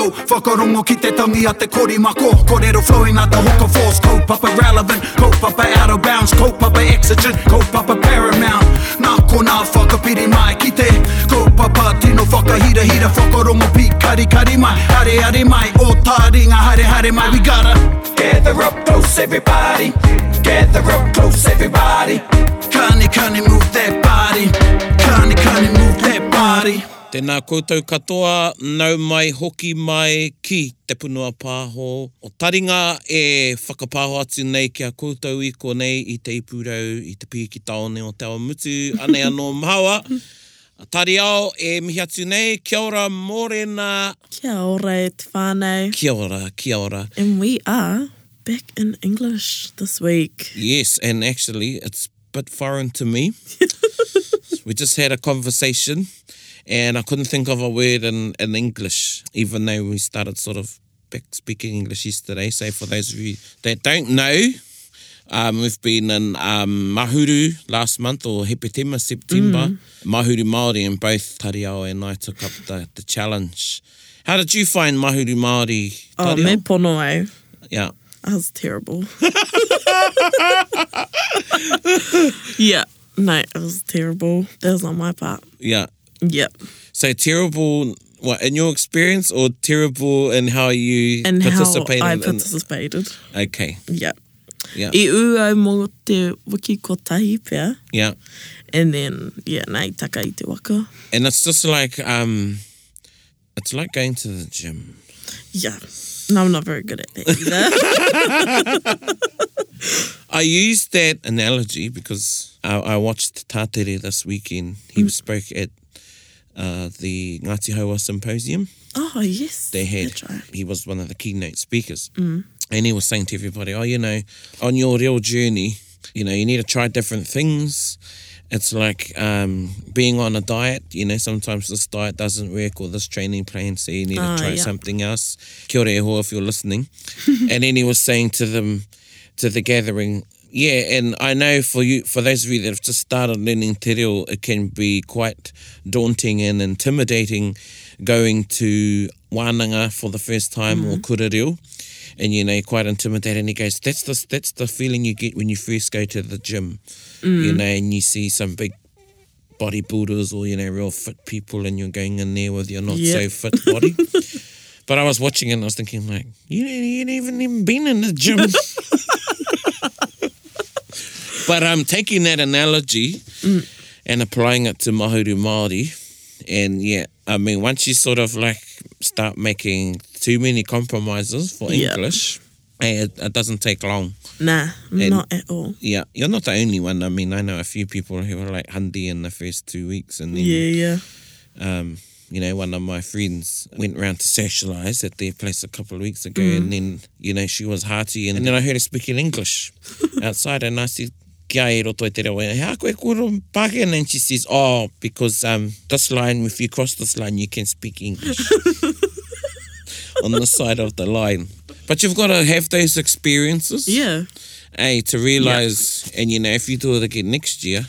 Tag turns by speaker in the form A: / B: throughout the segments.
A: Whakarongo ki te tangi a te korimako Korero flowing at the hooker force Kaupapa relevant, kaupapa out of bounds Kaupapa exigent, kaupapa paramount Nā ko nā whakapiri mai ki te Kaupapa tino whakahira hira Whakarongo pi kari kari mai Hare hare mai, o tā ringa hare hare mai We gotta
B: Gather up close, everybody. Gather up close, everybody.
A: Kani kani move that body Kani kani move that body
C: Tēnā koutou katoa, nau mai, hoki mai, ki te punua pāho. O taringa e whakapāho atu nei kia koutou i ko nei i te ipurau, i te piki taone o te ao mutu, anei anō maua. A Tari ao e mihi atu nei, kia ora morena.
D: Kia ora e te whānau.
C: Kia ora, kia ora.
D: And we are back in English this week.
C: Yes, and actually, it's a bit foreign to me. we just had a conversation, and I couldn't think of a word in, in English, even though we started sort of back speaking English yesterday. So, for those of you that don't know, um, we've been in um, Mahuru last month, or Hepetema, September. Mahuru Māori, and both Tariao and I took up the, the challenge. How did you find Mahuru Māori?
D: Oh,
C: Tariao?
D: me pono au.
C: Yeah.
D: That was terrible. yeah, no, it was terrible. That was on my part.
C: Yeah.
D: Yep.
C: So terrible, what in your experience, or terrible in how you
D: And how
C: participated?
D: I E-
C: in-
D: participated.
C: okay,
D: Yep.
C: yeah,
D: I u au mō te wiki kotahi pia.
C: yeah,
D: And then, yeah, nei taka i te waka.
C: and it's just like um, it's like going to the gym.
D: Yeah. No, I'm not very good at that either.
C: I use that analogy because I, I watched Tatere this weekend. He
D: Mm.
C: spoke at uh, the Ngāti Haua Symposium.
D: oh, yes.
C: they had.
D: That's right.
C: He was one of the keynote speakers. Mm. And he was saying to everybody, oh, you know, on your real journey, you know, you need to try different things. It's like um, being on a diet, you know, sometimes this diet doesn't work or this training plan, so you need
D: Ah,
C: to try
D: yeah.
C: something else. Kia ora e hoa if you're listening. and then he was saying to them, to the gathering, yeah, and I know for you, for those of you that have just started learning te reo, it can be quite daunting and intimidating going to Wananga for the first time or
D: Mm-hmm.
C: kura reo, and you know, quite intimidating. And he goes, that's the that's the feeling you get when you first go to the gym,
D: Mm.
C: you know, and you see some big bodybuilders or you know real fit people and you're going in there with your not
D: Yeah.
C: so fit body but i was watching it and i was thinking like you ain't you ain't even, even been in the gym but i'm taking that analogy
D: Mm.
C: and applying it to mahuru maori and yeah i mean once you sort of like start making too many compromises for
D: Yeah.
C: english eh, it, it doesn't take long
D: Nah,
C: And-
D: not at all.
C: yeah, you're not the only one. I mean, I know a few people who were like handy in the first two weeks, and then,
D: Yeah, yeah.
C: um, you know, one of my friends went round to socialise at their place a couple of weeks ago,
D: Mm.
C: and then you know she was hearty, and, then I heard her speaking English outside, and I said. Kia e roto e te reo, e hea koe koro pake? And then she says, oh, because um, this line, if you cross this line, you can speak English on the side of the line. But you've got to have those experiences.
D: Yeah.
C: hey, to realise, and you know, if you do it again next year,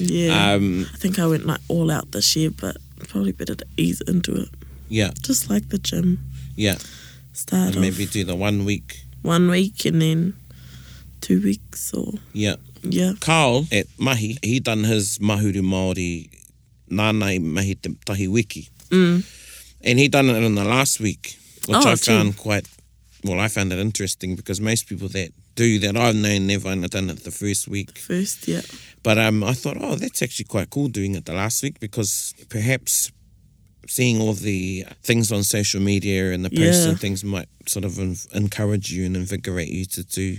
D: Yeah.
C: um,
D: I think I went like all out this year, but probably better to ease into it.
C: yeah,
D: Just like the gym.
C: yeah, and
D: Start off
C: maybe do the one week.
D: one week and then two weeks or
C: Yeah,
D: yeah.
C: Carl at Mahi, he done his Mahuru Maori Nānai Mahi Te Tahi Wiki, and he done it in the last week, which
D: Oh,
C: I
D: gee.
C: found quite. Well, I found it interesting because most people that do that I've known never done it the first week.
D: First, yeah.
C: But um, I thought, oh, that's actually quite cool doing it the last week because perhaps seeing all the things on social media and the posts
D: Yeah.
C: and things might sort of en- encourage you and invigorate you to do,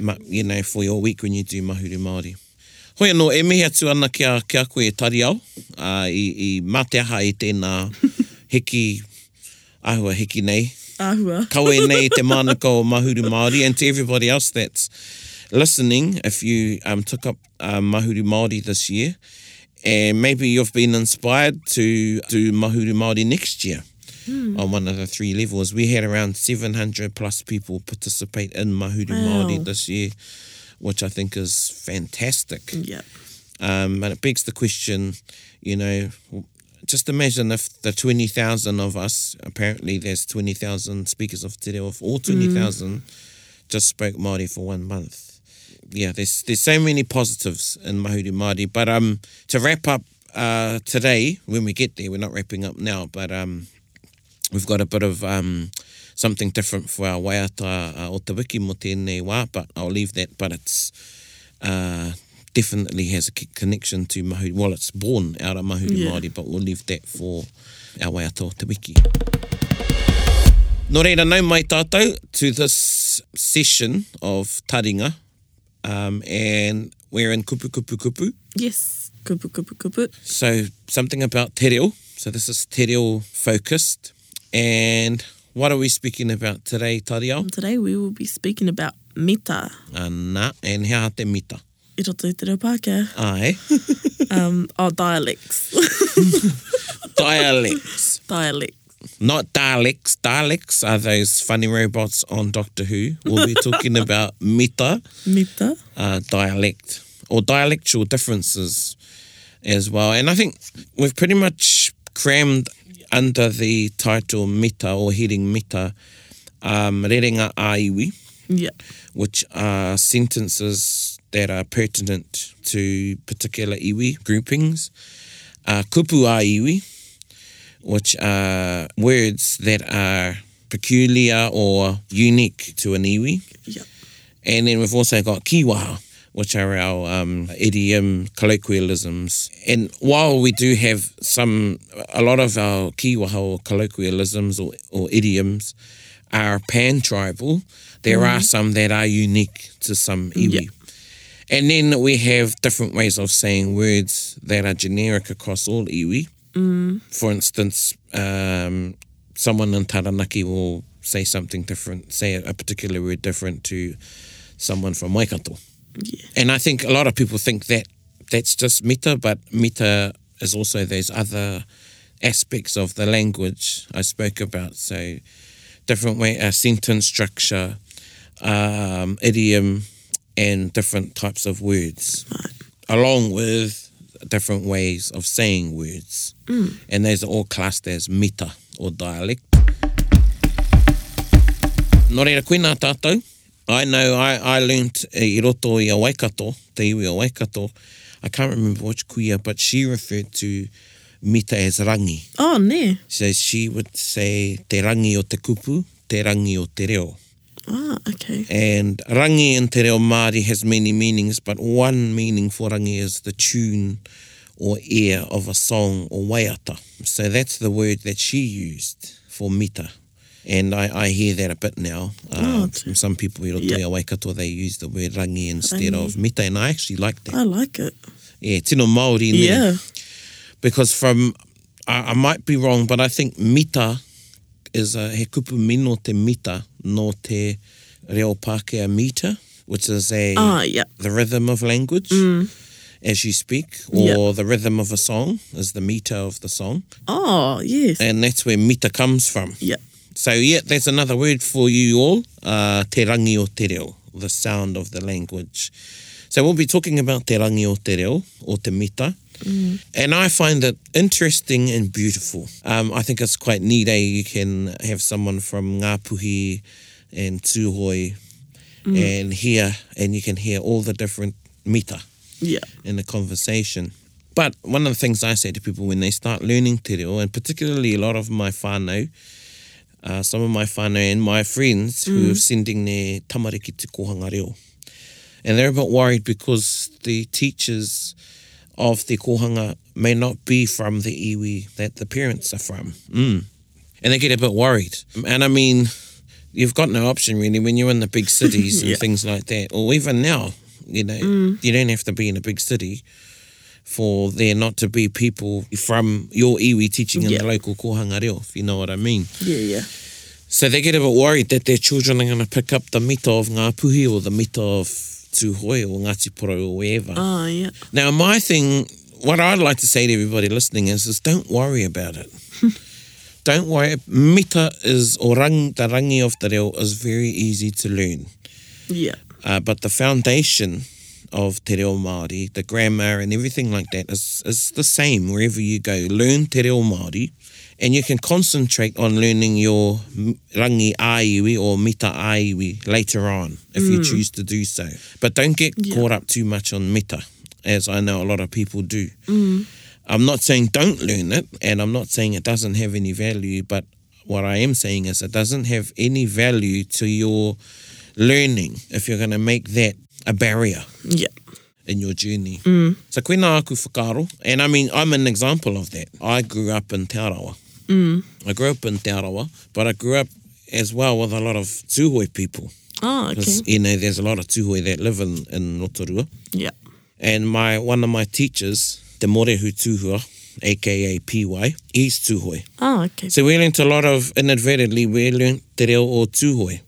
C: ma- you know, for your week when you do Mahuru Māori. Hoi anō, e mihi atu ana kia, kia koe tari au, uh, i, i mateaha i tēnā hiki, ahua hiki nei,
D: Ahua.
C: Kawe nei te mānaka o Mahuru Māori and to everybody else that's listening, if you um, took up uh, Mahuru Māori this year and maybe you've been inspired to do Mahuru Māori next year on one of the three levels. We had around 700 plus people participate in Mahuru
D: Wow.
C: Māori this year, which I think is fantastic.
D: Yeah.
C: Um, and it begs the question, you know, just imagine if the 20,000 of us, apparently there's 20,000 speakers of te reo, if all 20,000 just spoke Māori for one month. Yeah, there's there's so many positives in Mahuru Māori. But um, to wrap up uh, today, when we get there, we're not wrapping up now, but um, we've got a bit of um, something different for our waiata uh, o te wiki mo tēnei wā, but I'll leave that, but it's uh, definitely has a c- connection to Mahuru. Well, it's born out of Mahuru
D: Yeah.
C: Māori, but we'll leave that for our waiata o te wiki. Nō reira, nau mai tātou to this session of Taringa, um, and we're in Kupu Kupu Kupu.
D: Yes. Kupu kupu kupu.
C: So something about te reo. So this is te reo focused. And what are we speaking about today, Tariao?
D: Today we will be speaking about mita.
C: Ana, and hea te mita.
D: I roto i te reo Pākehā.
C: Ai,
D: Um, our dialects.
C: dialects.
D: dialects.
C: Not Daleks. Daleks are those funny robots on Doctor Who. We'll be talking about mita,
D: Mita.
C: uh, dialect, or dialectual differences as well. And I think we've pretty much crammed under the title mita or heading mita um, rerenga a iwi.
D: Yeah.
C: which are sentences that are pertinent to particular iwi groupings. Uh, kupu a iwi, which are words that are peculiar or unique to an iwi.
D: Yeah.
C: And then we've also got kiwaha, which are our um, idiom colloquialisms. And while we do have some, a lot of our kiwaha or colloquialisms or, or idioms are pan tribal, there are some that are unique to some iwi.
D: Yeah.
C: And then we have different ways of saying words that are generic across all iwi. For instance, um, someone in Taranaki will say something different, say a particular word different to someone from Waikato.
D: Yeah.
C: And I think a lot of people think that that's just mita, but mita is also those other aspects of the language I spoke about. So different way, uh, sentence structure, um, idiom, and different types of words, along with different ways of saying words. And those are all classed as mita or dialect. Nō reira, koe nā tātou. I know I, I learnt e, i roto i a Waikato, te iwi a Waikato. I can't remember which kuia, but she referred to mita as rangi.
D: Oh, ne.
C: So she would say te rangi o te kupu, te rangi o te reo.
D: Ah, okay.
C: And rangi in te reo Māori has many meanings, but one meaning for rangi is the tune or air of a song or waiata. So that's the word that she used for mita. And I, I hear that a bit now. Um,
D: Oh, too.
C: from some people in Rotoia
D: Yeah.
C: Waikato, they use the word rangi instead
D: Rangi.
C: of mita, and I actually like that.
D: I like it.
C: Yeah, tino Māori in there
D: Yeah.
C: because from I, I might be wrong, but I think mita is a he kupu mino te mita no te reo Pākehā mita, which is a
D: Ah, yeah.
C: the rhythm of language as you speak, or
D: Yeah.
C: the rhythm of a song is the meter of the song,
D: Oh, yes.
C: and that's where mita comes from.
D: Yeah.
C: So yeah, that's another word for you all. Uh, te rangi o te reo, the sound of the language. So we'll be talking about te rangi o te reo, or te mita. And I find it interesting and beautiful. Um, I think it's quite neat, eh? You can have someone from Ngapuhi and Tūhoi and here, and you can hear all the different mita
D: Yeah.
C: in the conversation. But one of the things I say to people when they start learning te reo, and particularly a lot of my whānau, uh, some of my whānau and my friends
D: Mm.
C: who are sending their tamariki to kohanga reo. And they're a bit worried because the teachers of the kohanga may not be from the iwi that the parents are from. Mm. And they get a bit worried. And I mean, you've got no option really when you're in the big cities and
D: Yeah. Mm.
C: things like that, or even now, you know, you don't have to be in a big city for there not to be people from your iwi teaching in
D: Yeah.
C: the local kohanga reo, if you know what I mean.
D: Yeah, yeah.
C: So they get a bit worried that their children are going to pick up the mita of Ngāpuhi or the mita of Tūhoi or Ngāti Porou or wherever.
D: Ah, yeah.
C: Now, my thing, what I'd like to say to everybody listening is, is don't worry about it. don't worry. Mita is, or rang, the rangi of te reo is very easy to learn.
D: Yeah.
C: Uh, but the foundation of te reo Māori, the grammar and everything like that is, is the same wherever you go. Learn te reo Māori and you can concentrate on learning your m- rangi aiwi or mita aiwi later on if you choose to do so. But don't get caught up too much on mita, as I know a lot of people do. I'm not saying don't learn it, and I'm not saying it doesn't have any value, but what I am saying is it doesn't have any value to your learning if you're going to make that a barrier
D: Yeah.
C: in your journey. Mm. So koe nā aku whakaro, and I mean, I'm an example of that. I grew up in Te Arawa. Mm. I grew up in Te Arawa, but I grew up as well with a lot of tūhoi people.
D: Oh, okay.
C: 'Cause, you know, there's a lot of tūhoi that live in, in Rotorua.
D: Yeah.
C: And my one of my teachers, Te Morehu Tuhua, aka PY, he's Tuhoi.
D: Oh, okay.
C: So we learnt a lot of, inadvertently, we learnt te reo o Tuhoi.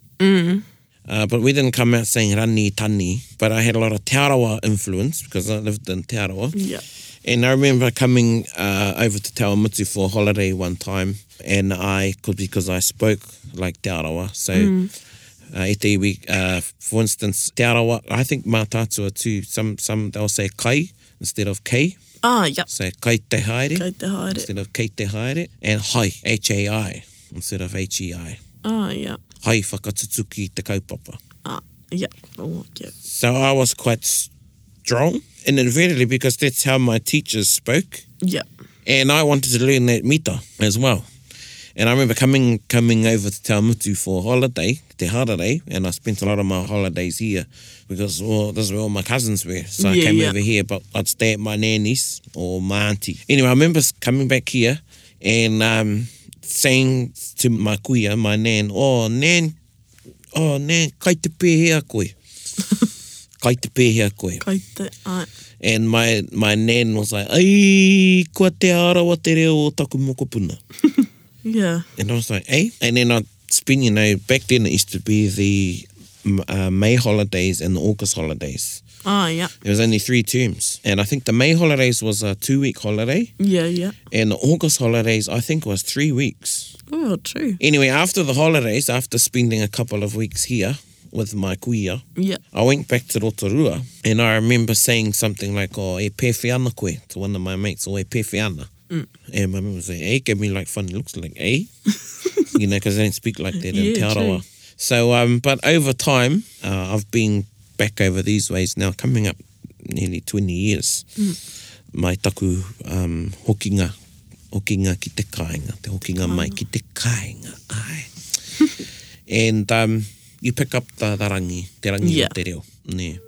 C: Uh, but we didn't come out saying rani tani, but I had a lot of Te Arawa influence because I lived in Te Arawa.
D: yeah.
C: And I remember coming uh, over to Tawamutu for a holiday one time, and I could because I spoke like Te Arawa. So, uh, e te iwi, uh, for instance, Te Arawa, I think mā tātua too, some, some they'll say kai instead of kei,
D: Oh, yeah.
C: so kai te haere
D: Kei te haere.
C: instead of kei te haere, and hai, H-A-I, instead of H-E-I.
D: Oh, yeah.
C: Hai whakatutuki te kaupapa.
D: Ah, yeah. Oh, yeah.
C: So I was quite strong, inadvertently, because that's how my teachers spoke.
D: Yeah.
C: and I wanted to learn that meter as well. And I remember coming coming over to Tamutu for a holiday, Te Harare, and I spent a lot of my holidays here because well, this is where all my cousins were. So I
D: Yeah,
C: came
D: yeah.
C: over here, but I'd stay at my nanny's or my auntie. Anyway, I remember s- coming back here and um, saying to my kuya, my nan, oh, nan, oh, nan, kai te pēhea koe. kai te pēhea koe.
D: Kei te ai.
C: And my my nan was like, "Ai, kua te arawa te reo o taku mokopuna."
D: Yeah.
C: And I was like, "Eh?" And then I'd spend, you know, back then it used to be the m- uh, May holidays and the August holidays.
D: Oh, yeah.
C: It was only three terms, and I think the May holidays was a two-week holiday,
D: Yeah, yeah.
C: and the August holidays I think was three weeks.
D: Oh, true.
C: Anyway, after the holidays, after spending a couple of weeks here with my kuya,
D: Yeah.
C: I went back to Rotorua and I remember saying something like, oh, e pewhiana koe to one of my mates, or e pewhiana. Mm. And my mum was like, eh, gave me like funny looks like, eh? you know, because I don't speak like that in
D: Yeah,
C: Te Arawa.
D: true.
C: So, um, but over time, uh, I've been back over these ways now, coming up nearly 20 years.
D: Mm.
C: My taku um, hokinga, hokinga ki te kāinga, te hokinga mai
D: Ah.
C: ki te kāinga, ai. And um, you pick up the, the rangi, te rangi yeah.
D: Yeah.
C: o te reo. Ne.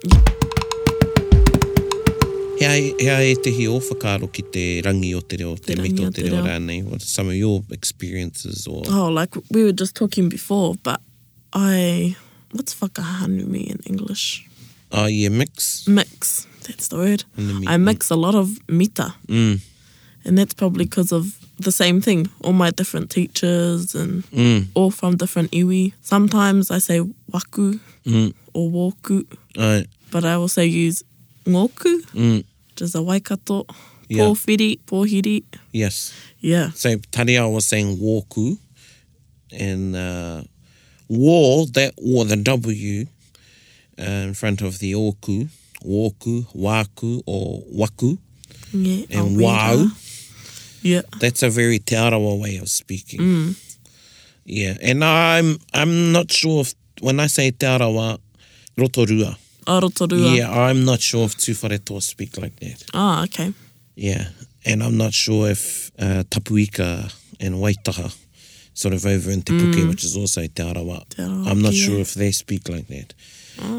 C: Hea, e- hea e te hi o whakaro ki te rangi o te reo, te,
D: Te
C: te
D: rangi
C: mito
D: o
C: o te
D: te
C: reo
D: reo.
C: rānei. What are some of your experiences or...
D: Oh, like we were just talking before, but I. What's whakahanumi in English?
C: Oh, yeah, mix.
D: Mix. That's the word.
C: Hanumi.
D: I mix a lot of mita.
C: Mm.
D: And that's probably because of the same thing. All my different teachers and
C: Mm.
D: all from different iwi. Sometimes I say waku
C: Mm.
D: or woku,
C: Uh,
D: but I also use ngoku,
C: mm.
D: which is a waikato,
C: Yeah.
D: pōwhiri, pōhiri.
C: Yes.
D: Yeah.
C: So Tariao was saying woku and uh, war, that or the W uh, in front of the oku, woku, waku, or waku,
D: Yeah. a
C: and
D: wera.
C: wow.
D: Yeah.
C: That's a very Te Arawa way of speaking. Yeah, and I'm I'm not sure if when I say Te Arawa, Rotorua.
D: A Rotorua.
C: Yeah, I'm not sure if Tuwharetoa speak like that.
D: Ah, okay.
C: Yeah, and I'm not sure if uh, Tapuika and Waitaha, sort of over in Te Puke, which is also Te Arawa,
D: Te Arawa,
C: I'm not
D: Mm. yeah. Ah,
C: sure if they speak like that.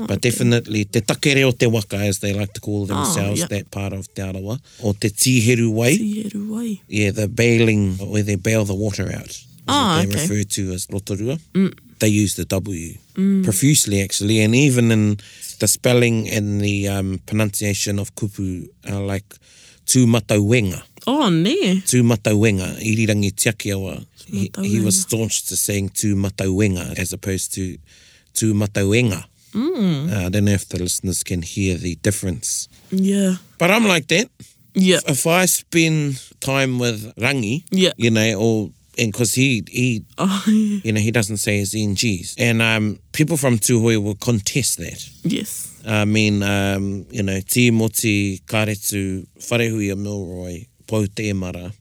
C: but definitely Te Takere o Te Waka, as they like to call themselves,
D: yeah.
C: that part of Te Arawa, or Te Tiheru Way.
D: Tiheru wai.
C: Yeah, the baling, where they bail the water out. is
D: Ah,
C: what they
D: okay. Mm.
C: refer to as Rotorua. They use the W profusely, actually, and even in the spelling and the um, pronunciation of kupu, uh, like tūmatawenga.
D: Oh, ne.
C: Tūmatawenga, irirangi tiaki awa. He, he was
D: Tūmatauenga.
C: staunch to saying tūmatawenga as opposed to tūmatawenga. Mm. Uh, I don't know if the listeners can hear the difference.
D: Yeah.
C: But I'm like that
D: Yeah.
C: if I spend time with rangi,
D: Yeah.
C: you know, or and because he he
D: Oh, yeah.
C: you know he doesn't say his ngs, and um, people from Tuhoi will contest that.
D: Yes.
C: I mean, um, you know, Timoti, Karetu, Wharehuia Milroy, Pau Temara,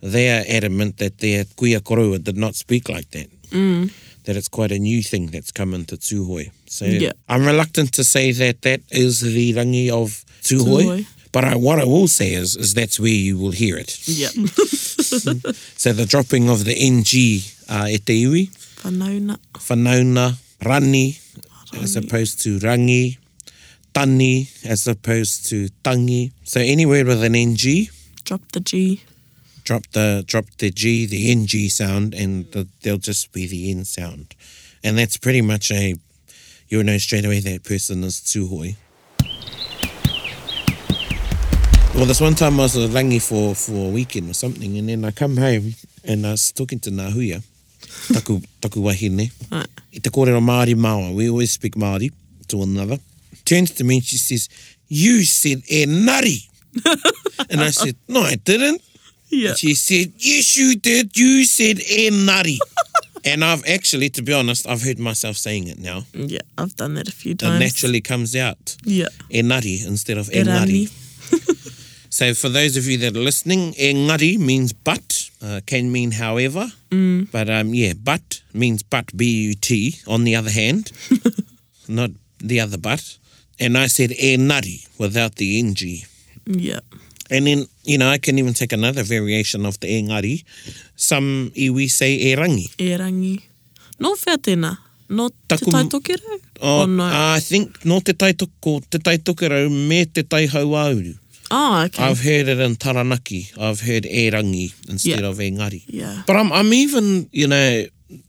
C: they are adamant that their kuia korua did not speak like that. Mm. That it's quite a new thing that's come into Tūhoe. So
D: Yeah.
C: I'm reluctant to say that that is the rangi of Tūhoe.
D: Tūhoe.
C: But I, what I will say is, is that's where you will hear it.
D: Yeah.
C: So the dropping of the NG uh, e te iwi,
D: Whanauna.
C: whanauna, rani, as opposed to rangi, tani as opposed to tangi. So any word with an ng,
D: Drop the G.
C: drop the drop the g, the ng sound, and the, they'll just be the n sound, and that's pretty much a you'll know straight away that person is tuhoi. Well, this one time I was at rangi for, for a weekend or something, and then I come home and I was talking to Nahuia, taku, taku wahine.
D: Right.
C: I te kōrero Māori Māua, we always speak Māori to one another, turns to me and she says, you said e nari. and I said, no, I didn't.
D: Yeah.
C: And she said, yes, you did. You said e nari. and I've actually, to be honest, I've heard myself saying it now.
D: Yeah. I've done that a few
C: It
D: times.
C: naturally comes out.
D: Yeah.
C: E nari instead of e,
D: E
C: nari.
D: rani.
C: So for those of you that are listening, e ngari means but, uh, can mean however. Mm. But um, yeah, but means but, B-U-T, on the other hand, not the other but. And I said e ngari without the ng.
D: Yeah.
C: And then, you know, I can even take another variation of the e ngari. Some iwi say e rangi.
D: E rangi. No whea tēnā. No te
C: Taku-
D: taitokerau?
C: Oh,
D: oh, no.
C: I think no te tai toko, te tai tokerau me te tai hauāuru.
D: oh, okay.
C: I've heard it in Taranaki. I've heard e rangi instead
D: Yeah.
C: of e ngari.
D: Yeah.
C: But I'm, I'm even, you know,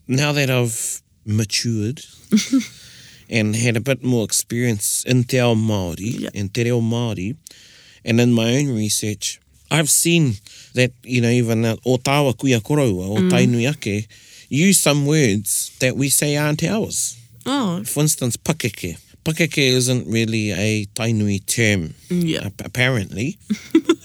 C: now that I've matured and had a bit more experience in Te Ao Māori
D: Yeah.
C: and Te Reo Māori, and in my own research, I've seen that, you know, even uh, o tāua kuia koroua, o mm. tainui ake, use some words that we say aren't ours.
D: Oh,
C: For instance, pakeke. Pakeke isn't really a tainui term
D: yeah.
C: ap- apparently.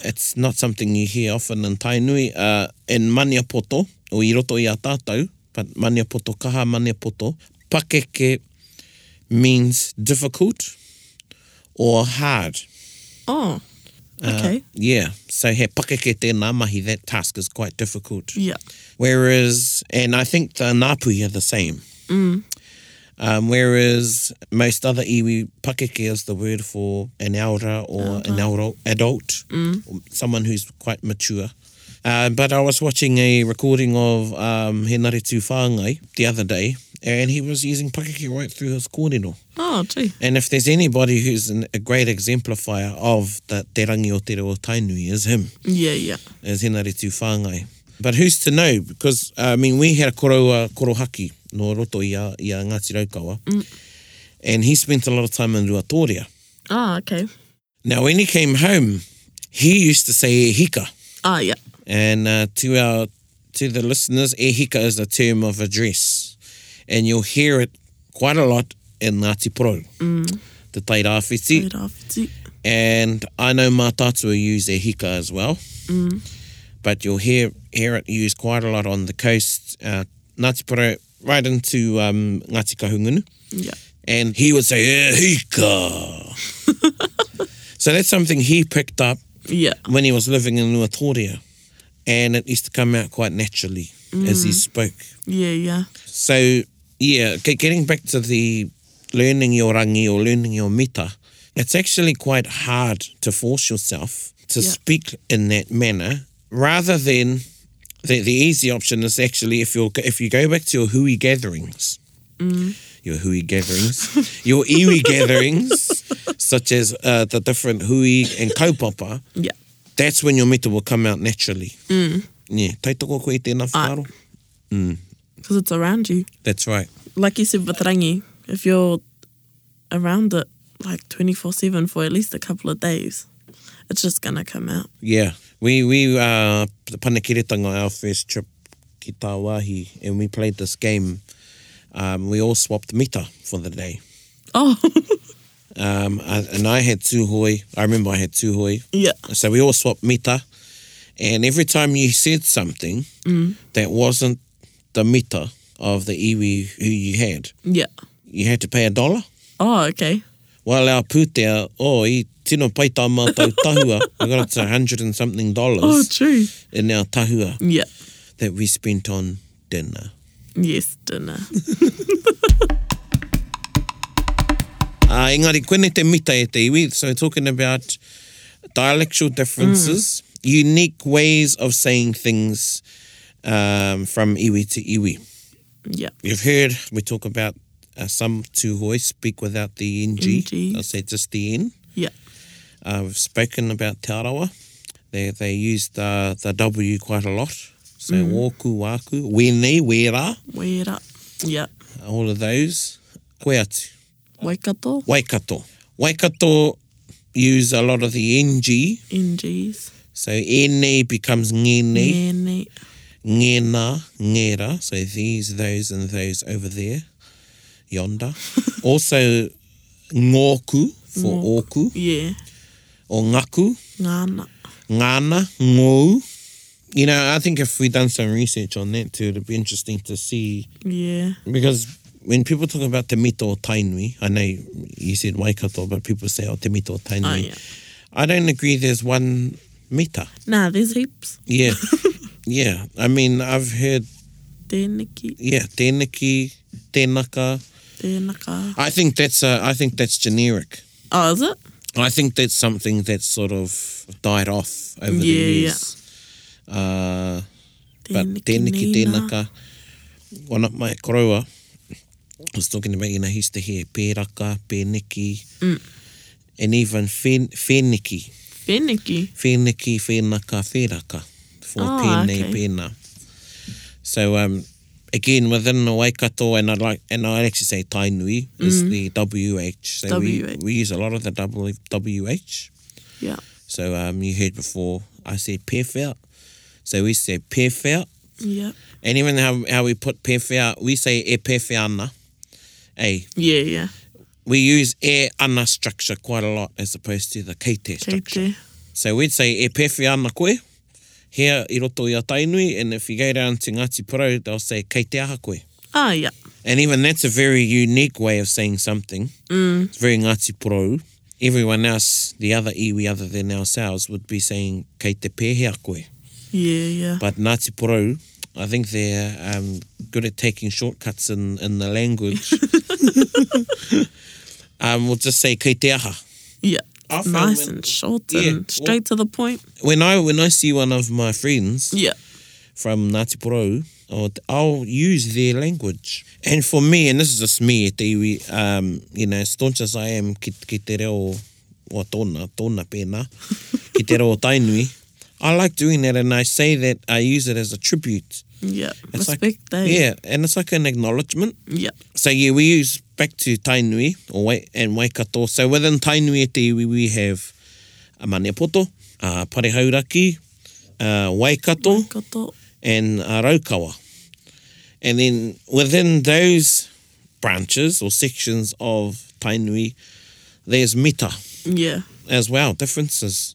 C: it's not something you hear often in Tainui. Uh, in Maniapoto, o i roto i a tātou, but Maniapoto, kaha Maniapoto, pakeke means difficult or hard.
D: Oh,
C: uh,
D: okay.
C: Yeah, so he pakeke tēnā mahi, that task is quite difficult.
D: yeah.
C: Whereas, and I think the Napui are the same. Um, whereas most other iwi, pakeke is the word for an elder or an elder adult, or someone who's quite mature. Uh, but I was watching a recording of um, He Naritu Whāngai the other day, and he was using pakeke right through his kōrero.
D: Oh, gee.
C: And if there's anybody who's an, a great exemplifier of the te rangi o te reo tainui, is him
D: Yeah, yeah.
C: as hena re tū whāngai. But who's to know? Because, I mean, we had a koroa korohaki no roto i a, i a Ngāti Raukawa. Mm. And he spent a lot of time in Ruatoria.
D: Ah, okay.
C: Now, when he came home, he used to say e hika.
D: Ah, yeah.
C: And uh, to our to the listeners, e hika is a term of address. And you'll hear it quite a lot in Ngāti Porou. Mm. Te tai rāwhiti.
D: Wait off. Gee.
C: And I know my tatua use e hika as well. Mm. But you'll hear hear it used quite a lot on the coast. Uh, Ngāti Porou, right into um, Ngāti Kahungunu.
D: Yeah.
C: And he would say, e hika. so that's something he picked up
D: Yeah.
C: when he was living in Nuatoria. And it used to come out quite naturally as he spoke.
D: Yeah, yeah.
C: So, yeah, ge- getting back to the learning your rangi or learning your mita, it's actually quite hard to force yourself to
D: Yeah.
C: speak in that manner rather than the, the easy option is actually if you if you go back to your hui gatherings, your hui gatherings, your iwi gatherings, such as uh, the different hui and kaupapa,
D: Yeah.
C: that's when your mita will come out naturally. Mm. Yeah, taitoko koe tēnā whāro.
D: Because it's around you.
C: That's right.
D: Like you said with rangi, if you're around it like 24 7 for at least a couple of days, it's just going to come out.
C: Yeah, we we uh the panakiritanga our first trip ki Tawahi, and we played this game. Um, we all swapped mita for the day.
D: Oh,
C: Um, I, and I had two hoi. I remember I had two hoi.
D: yeah.
C: So we all swapped mita, And every time you said something that wasn't the meter of the iwi who you had,
D: Yeah.
C: you had to pay a dollar.
D: Oh, okay.
C: Well, our pūtea, oh, i tino paita mātou tahua, we got up to a hundred and something dollars
D: Oh, true.
C: in our tahua
D: Yeah.
C: that we spent on dinner.
D: Yes, dinner.
C: Uh, engari, koe ne te mita e te iwi, so we're talking about dialectual differences, unique ways of saying things um, from iwi to iwi.
D: yeah.
C: You've heard we talk about uh, some tuhoi speak without the ng.
D: NG.
C: I'll say just the n.
D: Yeah.
C: Uh, we've spoken about Te Arawa. They, they use the, the W quite a lot. So mm. wōku, wāku, wēnei, wērā,
D: Wera. Yeah.
C: all of those. Koe atu.
D: Waikato.
C: Waikato. Waikato use a lot of the ng.
D: NGs.
C: So ene becomes ngene,
D: Nene.
C: ngena, ngera. So these, those and those over there, yonder. also ngoku for
D: Ngōku.
C: oku,
D: Yeah.
C: or ngaku.
D: Ngana.
C: Ngana, ngou. You know, I think if we'd done some research on that too, it'd be interesting to see.
D: Yeah.
C: Because when people talk about te mito o tainui, I know you said waikato, but people say, oh, te mito o tainui.
D: Oh, yeah.
C: I don't agree there's one mita.
D: Nah, there's heaps.
C: Yeah. yeah. I mean, I've heard,
D: Tēniki.
C: yeah, teniki, tenaka.
D: Tēnaka.
C: I think that's uh, I think that's generic.
D: Oh, is it?
C: I think that's something that's sort of died off over the
D: Yeah, yeah.
C: years. Uh, but teniki,
D: nina.
C: tenaka. One of my koroa was talking about, you know, he used to hear pēraka, pēniki,
D: Mm.
C: and even when- wheniki.
D: Wheniki.
C: wheniki, whenaka, wheraka. For
D: Oh,
C: pēnei,
D: okay.
C: pēnā. So, um, again, within the Waikato, and I like, and I actually say Tainui, is the WH. So We,
D: WH.
C: we use a lot of the double WH.
D: Yeah.
C: So um, you heard before, I said pērwhia. So we say pērwhia.
D: Yeah.
C: And even how, how we put pērwhia, we say e pērwhiana. Hey,
D: Yeah, yeah.
C: we use e ana structure quite a lot as opposed to the keite structure.
D: Kei te.
C: So we'd say e pēwhiana koe, here i roto i a tainui, and if you go down to Ngāti Porou, they'll say keite aha koe.
D: Ah, yeah.
C: And even that's a very unique way of saying something. Mm. It's very Ngāti Porou. Everyone else, the other iwi other than ourselves, would be saying kei te pēhea koe.
D: Yeah, yeah.
C: But Ngāti Porou, I think they're um, good at taking shortcuts in, in the language. um, we'll just say kei te aha.
D: yeah.
C: I found
D: Nice
C: when-
D: and short
C: Yeah,
D: and straight to the point.
C: When I when I see one of my friends
D: Yeah.
C: from Ngāti Porou, I'll, I'll use their language. And for me, and this is just me, e te iwi, um, you know, staunch as I am ki, ki te reo, o tōna, tōna pēnā, ki te reo tainui, I like doing that and I say that I use it as a tribute.
D: Yeah.
C: It's
D: Respect
C: like,
D: that.
C: Yeah, and it's like an acknowledgement.
D: Yeah.
C: So yeah, we use back to Tainui or Wai- and Waikato. So within Tainui e te iwi, we have a Manepoto, a Parehauraki, uh, Waikato,
D: Kato.
C: and uh, Raukawa. And then within those branches or sections of Tainui, there's mita
D: Yeah.
C: as well, differences.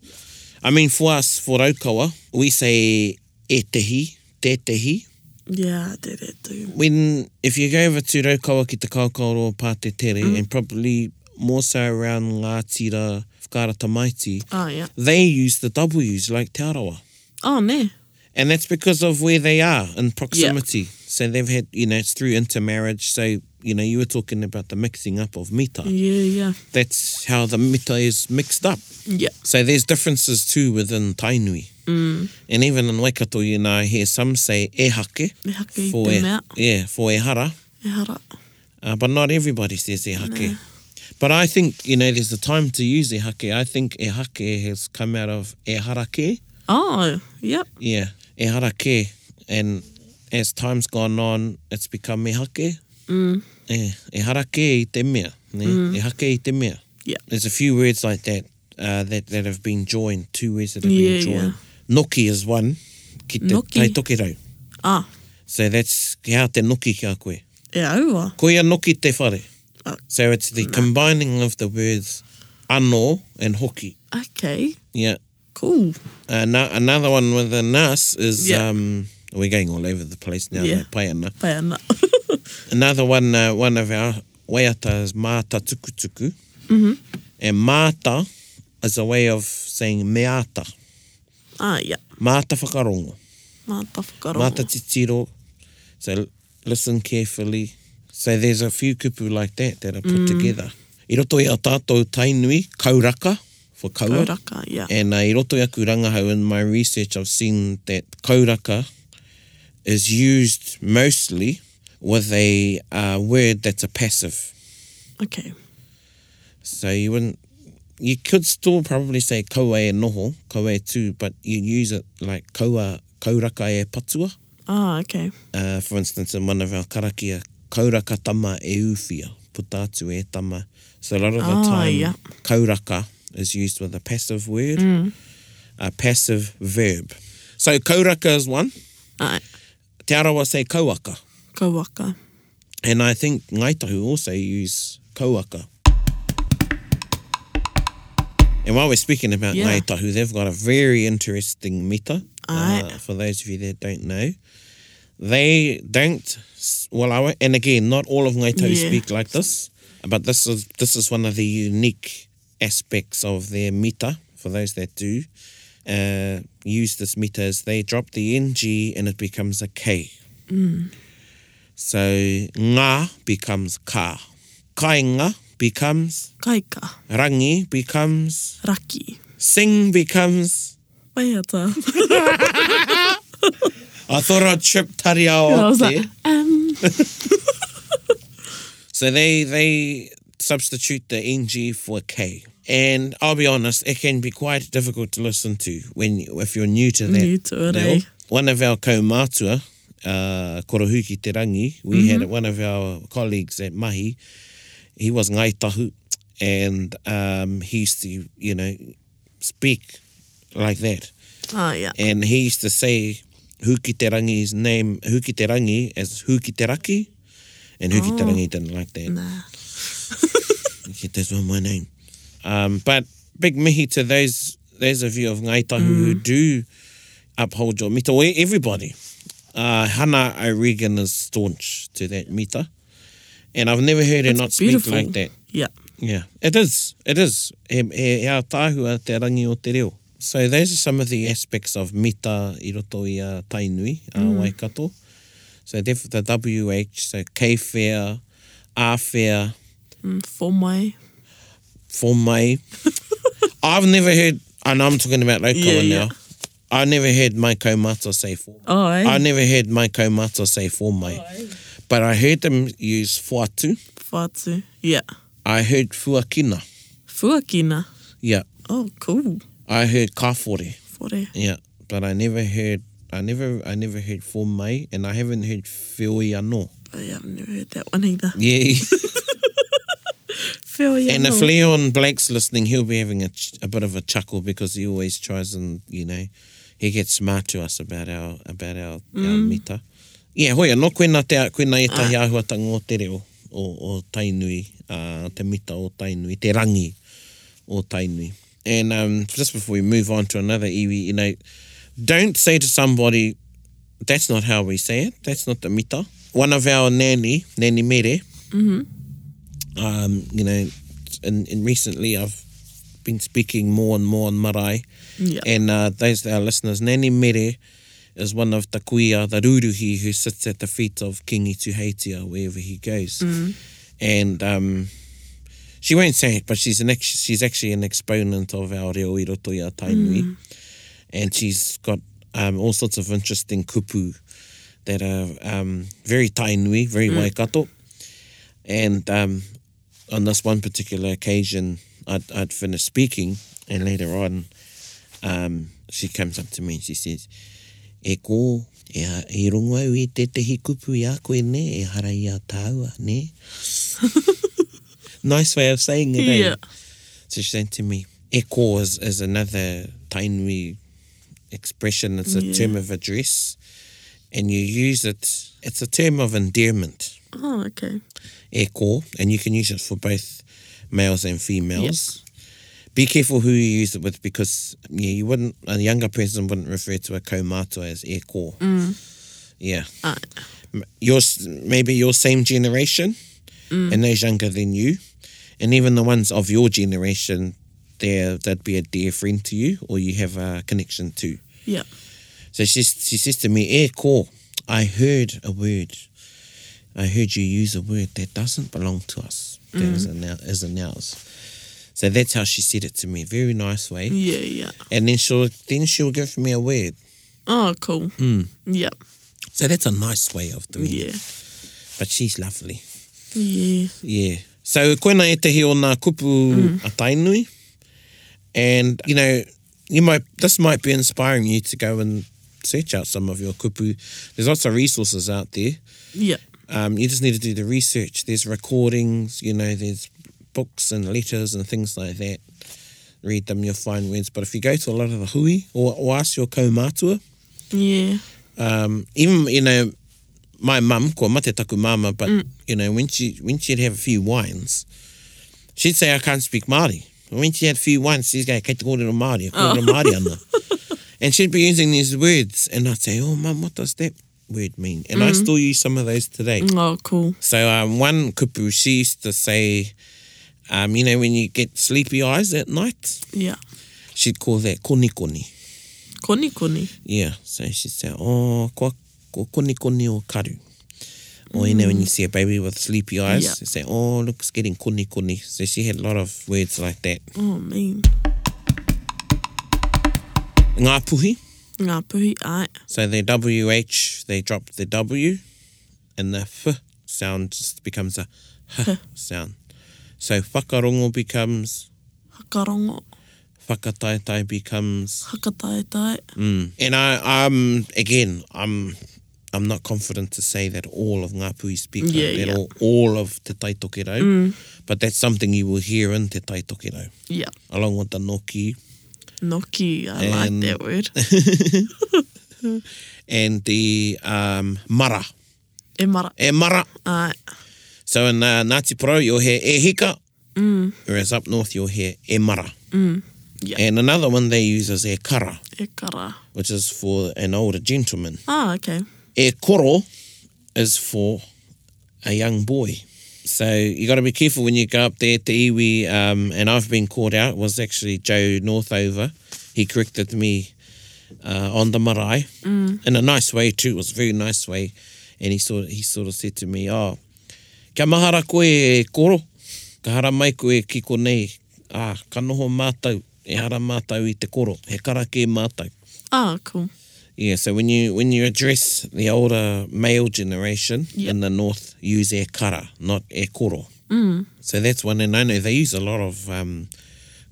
C: I mean, for us, for Raukawa, we say e tehi, te tehi.
D: Yeah, I did it too.
C: When, if you go over to Raukawa ki te kaukoro pāte tere, and probably more so around Ngātira, Whakarata Maiti,
D: Oh, yeah.
C: they use the W's like Te Arawa.
D: Oh, ne.
C: And that's because of where they are in proximity. So they've had, you know, it's through intermarriage. So, you know, you were talking about the mixing up of mita.
D: Mm. Yeah, yeah.
C: That's how the mita is mixed up.
D: Yeah.
C: So there's differences too within Tainui. Mm. And even in Waikato, you know, I hear some say e hake
D: E hake i
C: for,
D: te
C: e,
D: mea.
C: yeah, for e hara.
D: E hara.
C: Uh, but not everybody says e hake. But I think, you know, there's a time to use e hake. I think e hake has come out of e harake.
D: Oh, yep.
C: Yeah, e harake. And as time's gone on, it's become e hake.
D: Mm.
C: E, e harake i te mea. Ne? E hake i te mea.
D: Yeah.
C: There's a few words like that uh, that, that have been joined, two words that have
D: Yeah,
C: been
D: yeah.
C: joined. Noki is one. Ki te
D: Noki.
C: tai tokerau.
D: Ah,
C: So that's how te noki kia koe.
D: e aua.
C: Koia noki te whare.
D: Oh.
C: So it's the combining of the words ano and hoki.
D: Okay.
C: Yeah.
D: Cool.
C: Uh, na- another one with a nurse is
D: Yeah.
C: um, we're going all over the place now.
D: Yeah.
C: Yeah. Payana.
D: Pai ana.
C: Another one, uh, one of our waiata is māta tukutuku. Mm-hmm. And māta is a way of saying meata.
D: ah, yeah.
C: Māta whakarongo.
D: Māta whakarongo.
C: Māta titiro. So l- listen carefully. So there's a few kupu like that that are put mm. together. I roto i a tātou tainui, kauraka, for kaura.
D: Kauraka, yeah.
C: And uh, i roto i aku rangahau in my research, I've seen that kauraka is used mostly with a uh, word that's a passive.
D: Okay.
C: So you wouldn't, you could still probably say koe e noho, koe too, but you use it like koa, kauraka e patua.
D: Ah, okay.
C: Uh, for instance, in one of our karakia, kauraka tama e ufia, puta atu e tama. So a lot of the
D: Ah,
C: time,
D: yeah. Mm.
C: kauraka is used with a passive word, a passive verb. So kauraka is one.
D: Ai,
C: Te arawa say kauaka.
D: kawaka.
C: And I think Ngaitahu also use kauaka. And while we're speaking about
D: Yeah.
C: Ngaitahu, they've got a very interesting meta.
D: Aye.
C: for those of you that don't know, they don't. s- Well, I won't- and again, not all of Ngaitahu
D: Yeah.
C: speak like this, but this is this is one of the unique aspects of their meta. For those that do uh, use this meta, is they drop the ng and it becomes a k.
D: Mm.
C: So ngā becomes ka. Kainga becomes
D: Kaika.
C: rangi becomes
D: Raki.
C: sing becomes.
D: Pai ata.
C: I thought I'd trip Tariao
D: I
C: up
D: was
C: there.
D: like, um,
C: So they they substitute the ng for k. And I'll be honest, it can be quite difficult to listen to when if you're new to that.
D: New to it, eh?
C: Now, One of our kaumatua, uh, Korohuki Te Rangi, we
D: Mm-hmm.
C: had one of our colleagues at Mahi, he was ngaitahu, and um, he used to, you know, speak like that.
D: ah, yeah.
C: And he used to say Huki Te Rangi's name, Huki Te Rangi, as Huki Te Raki, and Huki Te
D: Oh.
C: Rangi didn't like that.
D: Nah.
C: Yeah, that's not my name. Um, but big mihi to those those of you of Ngaitahu who do uphold your mita, or e- everybody. Uh, Hannah O'Regan is staunch to that mita. And I've never heard her not speak
D: Beautiful.
C: like that.
D: Yeah.
C: Yeah, it is. It is. He, he, he a tāhua te rangi o te reo. So those are some of the aspects of mita i roto i a tainui, a waikato. So therefore the WH, so K fair, R fair,
D: Mm, Formai.
C: for my I've never heard and I'm talking about local
D: Yeah, yeah.
C: now. I never heard my kaumata say for
D: Oh, eh? Oh,
C: I never heard my kaumata say for my. But I heard them use fuatu.
D: Whātu. Yeah.
C: I heard fuakina.
D: Fuakina.
C: Yeah.
D: Oh, cool.
C: I heard kafore.
D: Whore.
C: Yeah. But I never heard I never I never heard for my and I haven't heard whioi anō.
D: I have never heard that one either.
C: Yeah.
D: Phil, you
C: And
D: know.
C: if Leon Blake's listening, he'll be having a, ch- a bit of a chuckle because he always tries and you know he gets smart to us about our about our, our mita. Yeah, hoia, no koe nā te, koe nā e tahi āhuatanga o te reo, o, o Tainui, uh, te mita o Tainui, te rangi o Tainui. And um, just before we move on to another iwi, you know, don't say to somebody, that's not how we say it, that's not the mita. One of our nanny, Nanny Mere, um, you know, and, and recently I've been speaking more and more on marae.
D: Yeah.
C: And uh, those that are listeners, Nani Mere is one of the kuia, the ruruhi, who sits at the feet of King Ituheitia wherever he goes. And um, she won't say it, but she's an ex- she's actually an exponent of our reo i roto i a tainui. And she's got um, all sorts of interesting kupu that are um, very tainui, very waikato. And um, on this one particular occasion, I'd, I'd finished speaking, and later on, um, she comes up to me and she says, E kō, e, ha- e rongo au i te tehi kupu i a koe ne, e hara i a tāua, ne? nice way of saying it, eh?
D: Yeah.
C: So she said to me, E kō is, is another Tainui expression, it's a
D: Yeah.
C: term of address, and you use it, it's a term of endearment
D: Oh, okay.
C: e kō, and you can use it for both males and females. be careful who you use it with because yeah, you wouldn't a younger person wouldn't refer to a kaumātua as e kō. Yeah.
D: Uh,
C: M- your s- maybe your same generation and those younger than you and even the ones of your generation they're they'd be a dear friend to you or you have a connection to
D: yeah.
C: so she's, she says to me e ko i heard a word i heard you use a word that doesn't belong to us that isn't ou- isn't ours so that's how she said it to me very nice way
D: Yeah, yeah.
C: and then she'll then she'll give me a word
D: Oh, cool. Mm. Yeah.
C: so that's a nice way of doing it
D: Yeah.
C: but she's lovely
D: Yeah.
C: Yeah. So koina e te heo nā kupu mm. a Tainui. And, you know, you might this might be inspiring you to go and search out some of your kupu. There's lots of resources out there.
D: Yeah.
C: Um, you just need to do the research. There's recordings, you know, there's books and letters and things like that. Read them, you'll find words. But if you go to a lot of the hui or, or ask your kaumātua,
D: Yeah.
C: um, even you know my mum ko mate taku mama but you know when she when she'd have a few wines she'd say I can't speak Māori And when she had a few wines she's going kei te kōrero Māori a kōrero Māori ana and she'd be using these words and I'd say oh mum what does that word mean and I still use some of those today
D: Oh, cool.
C: so um, one kupu she used to say um, you know when you get sleepy eyes at night
D: Yeah.
C: she'd call that koni koni
D: Koni koni.
C: Yeah, so she said, oh, ko, ko koni koni o karu. Or, you know, when you see a baby with sleepy eyes,
D: Yeah.
C: you say, oh, look, it's getting koni koni. So she had a lot of words like that.
D: Oh, mean.
C: Ngā puhi,
D: Ngā puhi, ai.
C: so their WH, they drop the W, and the F sound just becomes a H sound. So whakarongo becomes,
D: Hakarongo.
C: whakataitai becomes,
D: Hakataetai.
C: mm. and I, um, again, I'm, I'm not confident to say that all of Ngāpuhi speak like
D: Yeah,
C: that
D: yeah.
C: or all of Te Tai Tokero, mm. but that's something you will hear in Te Tai Tokero,
D: Yeah.
C: along with the Noki
D: Noki. I
C: And-
D: like that word.
C: and the um, Mara.
D: E mara.
C: E Mara.
D: Ai.
C: So in uh, Ngāti Porou, you'll hear E Hika, mm. whereas up north, you'll hear E Mara.
D: Mm. Yeah.
C: And another one they use is E Kara,
D: E kara.
C: which is for an older gentleman.
D: Ah, okay.
C: e koro is for a young boy. So you got to be careful when you go up there to iwi. Um, and I've been caught out. It was actually Joe Northover. He corrected me uh, on the marae in a nice way too. It was a very nice way. And he sort of, he sort of said to me, "Oh, kia mahara koe e koro, ka hara mai koe ki konei. Ah, ka noho mātau, e hara mātau i te koro, he kara ke mātau."
D: Ah, cool.
C: Yeah, so when you when you address the older male generation
D: Yeah.
C: in the north, use e kara, not e koro. Mm. So that's one, and I know they use a lot of um,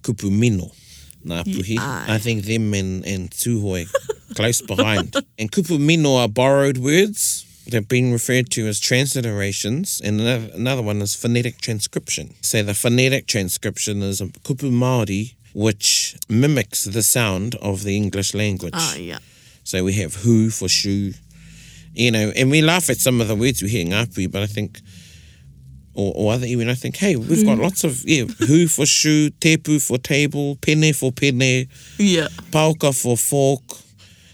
C: kupu mino, ngā puhi.
D: aye.
C: I think them and, and tūhoe close behind. And kupu mino are borrowed words. They're being referred to as transliterations, and another, another one is phonetic transcription. So the phonetic transcription is a kupu Māori, which mimics the sound of the English language.
D: Ah, yeah.
C: So we have who for shoe, you know, and we laugh at some of the words we hear in Ngāpuhi, but I think, or, or other even, I think, hey, we've
D: Hmm.
C: got lots of, yeah, who for shoe, tepu for table, pene for pene,
D: Yeah.
C: pauka for fork,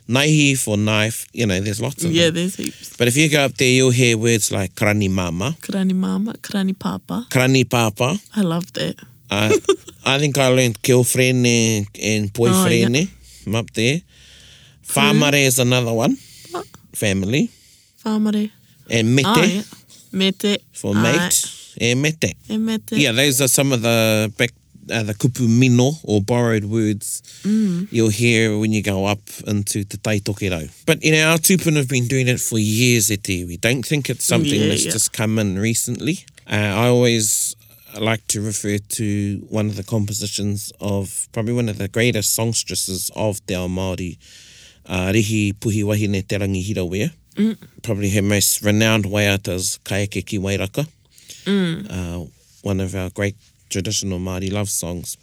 C: naihi for knife, you know, there's lots of
D: Yeah,
C: them.
D: there's heaps.
C: But if you go up there, you'll hear words like karani mama,
D: Karani mama, karani papa.
C: karani papa,
D: I love that.
C: I, I think I learned girlfriend and boyfriend
D: Oh,
C: eh,
D: yeah. Hmm.
C: from up there. Whamare is another one,
D: What?
C: family.
D: Whamare.
C: And mete.
D: Ah, yeah. Mete.
C: for
D: Ai.
C: mate and mete.
D: E mete.
C: Yeah, those are some of the back, uh, the kupu mino or borrowed words you'll hear when you go up into Te Tai Tokero. But you know, our tupuna have been doing it for years at We Don't think it's something
D: Yeah,
C: that's
D: yeah.
C: just come in recently. Uh, I always like to refer to one of the compositions of probably one of the greatest songstresses of Te Ao Māori, uh, Rihi Puhi Wahine Te Rangi Hirawea.
D: Mm.
C: Probably her most renowned waiata is Kaeke Ki Wairaka
D: Mm.
C: uh, one of our great traditional Māori love songs.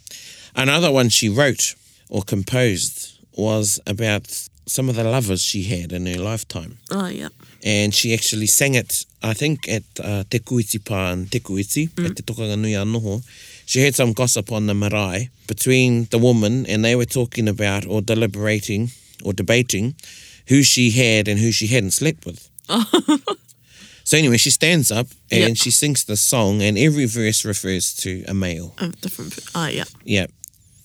C: Another one she wrote or composed was about some of the lovers she had in her lifetime.
D: Oh, yeah.
C: and she actually sang it, I think, at uh, Te Kuiti Pā in Te Kuiti, at Te Tokanga Nui Anoho. She heard some gossip on the marae between the woman and they were talking about or deliberating or debating who she had and who she hadn't slept with. so anyway, she stands up and
D: Yeah.
C: she sings the song and every verse refers to a male.
D: Oh, different. pe- Ah, yeah.
C: Yeah.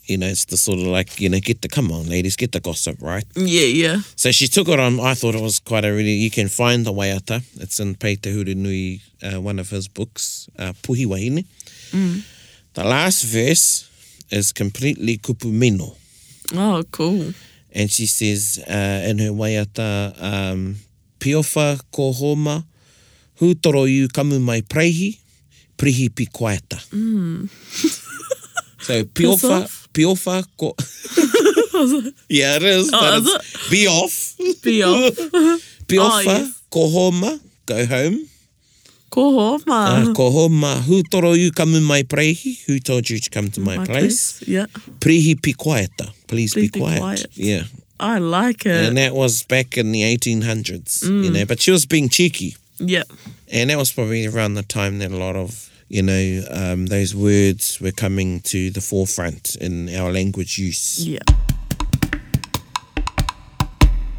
C: You know, it's the sort of like, you know, get the, come on, ladies, get the gossip, right?
D: Yeah, yeah.
C: So she took it on. I thought it was quite a really. You can find the waiata. It's in Peter Huru Nui, uh, one of his books, uh, Puhi Wahine. The last verse is completely kupumino.
D: Oh, cool.
C: And she says uh, in her waiata, um, Piofa kohoma, hūtoro you kamu mai prehi, prihi pi koeta. so piofa,
D: Mm. off.
C: piofa ko... yeah, it is.
D: Oh,
C: but
D: is
C: it's, be off.
D: Be off.
C: Piofa,
D: Oh, yes.
C: kohoma, go home.
D: Ko ho, ma.
C: Uh, kohoma, who toro you come in my prehi? Who told you to come to my, place?
D: Yeah.
C: Prehi pi quieta. Please,
D: Please
C: be,
D: be
C: quiet.
D: quiet.
C: Yeah.
D: I like it.
C: And that was back in the 1800s, you
D: Mm.
C: know, but she was being cheeky.
D: yeah.
C: And that was probably around the time that a lot of, you know, um, those words were coming to the forefront in our language use.
D: Yeah.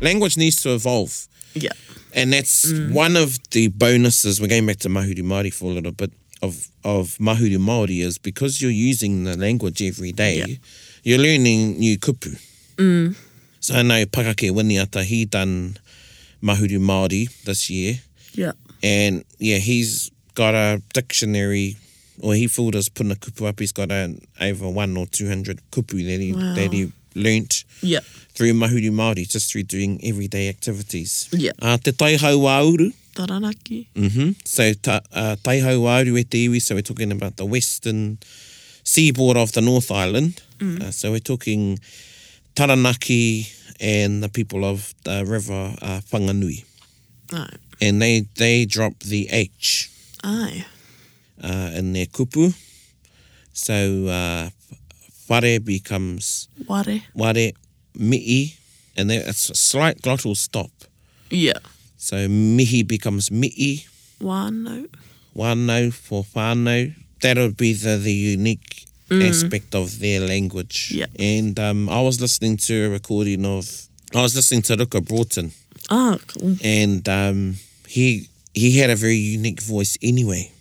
C: Language needs to evolve.
D: Yeah.
C: And that's
D: Mm.
C: one of the bonuses. We're going back to Mahuru Māori for a little bit of of Mahuru Māori is because you're using the language every day,
D: Yeah. Mm.
C: you're learning new kupu. So I know Pakake Winiata, he done Mahuru Māori this year.
D: Yeah.
C: And yeah, he's got a dictionary, or he filled his puna kupu up. He's got a, over one or 200 kupu that he,
D: Wow.
C: that he learnt
D: Yeah.
C: through Mahuru Māori, just through doing everyday activities.
D: Yeah.
C: Uh, te taihau auru.
D: Taranaki.
C: Mm-hmm. So ta, uh, taihau auru e te iwi, so we're talking about the western seaboard of the North Island.
D: Mm.
C: Uh, so we're talking Taranaki and the people of the river uh, Whanganui.
D: No.
C: And they, they drop the H
D: Aye.
C: uh, in their kupu. So uh, whare becomes
D: Ware.
C: ware mi'i, and there- it's a slight glottal stop.
D: Yeah.
C: So mihi becomes mi'i,
D: Wano.
C: wano for whānau. That'll be the, the unique aspect of their language.
D: Yeah.
C: And um, I was listening to a recording of, I was listening to Luca Broughton,
D: Ah, cool.
C: and um, he he had a very unique voice anyway.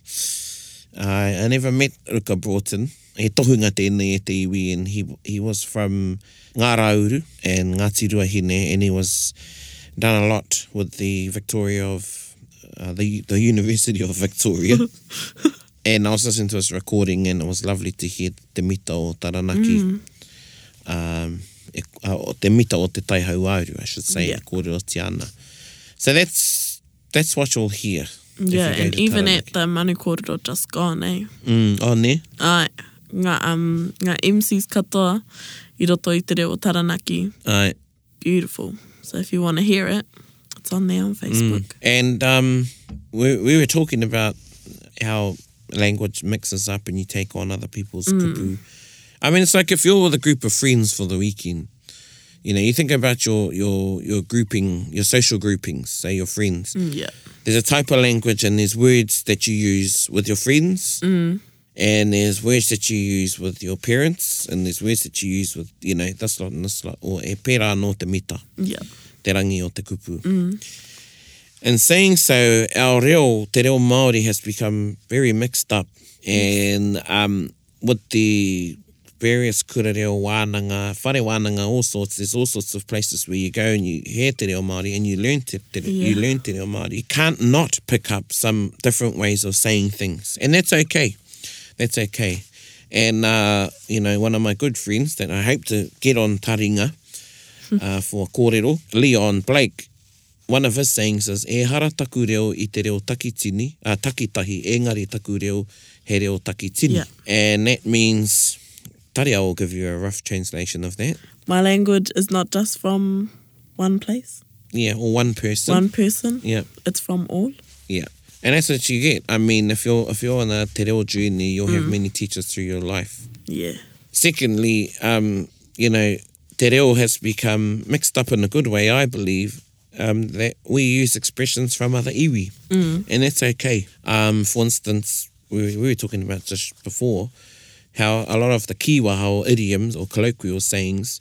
C: Uh, I never met Ruka Broughton. He tohunga tēnei e te iwi and he, he was from Ngārauru and Ngāti Ruahine and he was done a lot with the Victoria of, uh, the, the University of Victoria. and I was listening to his recording and it was lovely to hear te mita o Taranaki.
D: Mm.
C: Um, e, uh, o te mita o te taihau auru, I should say, yeah.
D: Yeah.
C: kōrero tiana. So that's that's what you'll hear. if you
D: Yeah,
C: go
D: and
C: to
D: even
C: Taranaki.
D: at the Manu Kōrero just gone, eh?
C: Mm, oh, ne?
D: Ai, ngā, um, ngā MC's katoa i roto i te reo Taranaki.
C: Ai.
D: Beautiful. So if you want to hear it, it's on there
C: Mm.
D: on Facebook.
C: And um, we, we were talking about how language mixes up and you take on other people's kupu. I mean, it's like if you're with a group of friends for the weekend, you know, you think about your your your grouping, your social groupings, say your friends.
D: Yeah.
C: There's a type of language and there's words that you use with your friends. Mm. And there's words that you use with your parents, and there's words that you use with, you know, this lot and this lot, or e pērā no te mita.
D: Yeah.
C: te rangi o te kupu. And saying so, our reo, te reo Māori has become very mixed up. And um, with the various kura reo wānanga, whare wānanga, all sorts, there's all sorts of places where you go and you hear te reo Māori and you learn te, te, you
D: Yeah.
C: learn te reo Māori. You can't not pick up some different ways of saying things. And that's okay. That's okay. And, uh, you know, one of my good friends that I hope to get on Taringa, uh, for kōrero, Leon Blake, one of his sayings is, e hara taku reo i te reo takitini, uh, takitahi, engari taku reo he reo takitini.
D: Yeah.
C: And that means, Tari, I will give you a rough translation of that.
D: My language is not just from one place,
C: Yeah, or one person.
D: one person.
C: Yeah,
D: It's from all.
C: yeah. And that's what you get. I mean, if you're if you're on a te reo journey, you'll
D: Mm.
C: have many teachers through your life.
D: Yeah.
C: Secondly, um, you know, te reo has become mixed up in a good way, I believe, um, that we use expressions from other iwi, mm. and that's okay. Um, for instance, we, we were talking about just before how a lot of the Kiwaho idioms or colloquial sayings,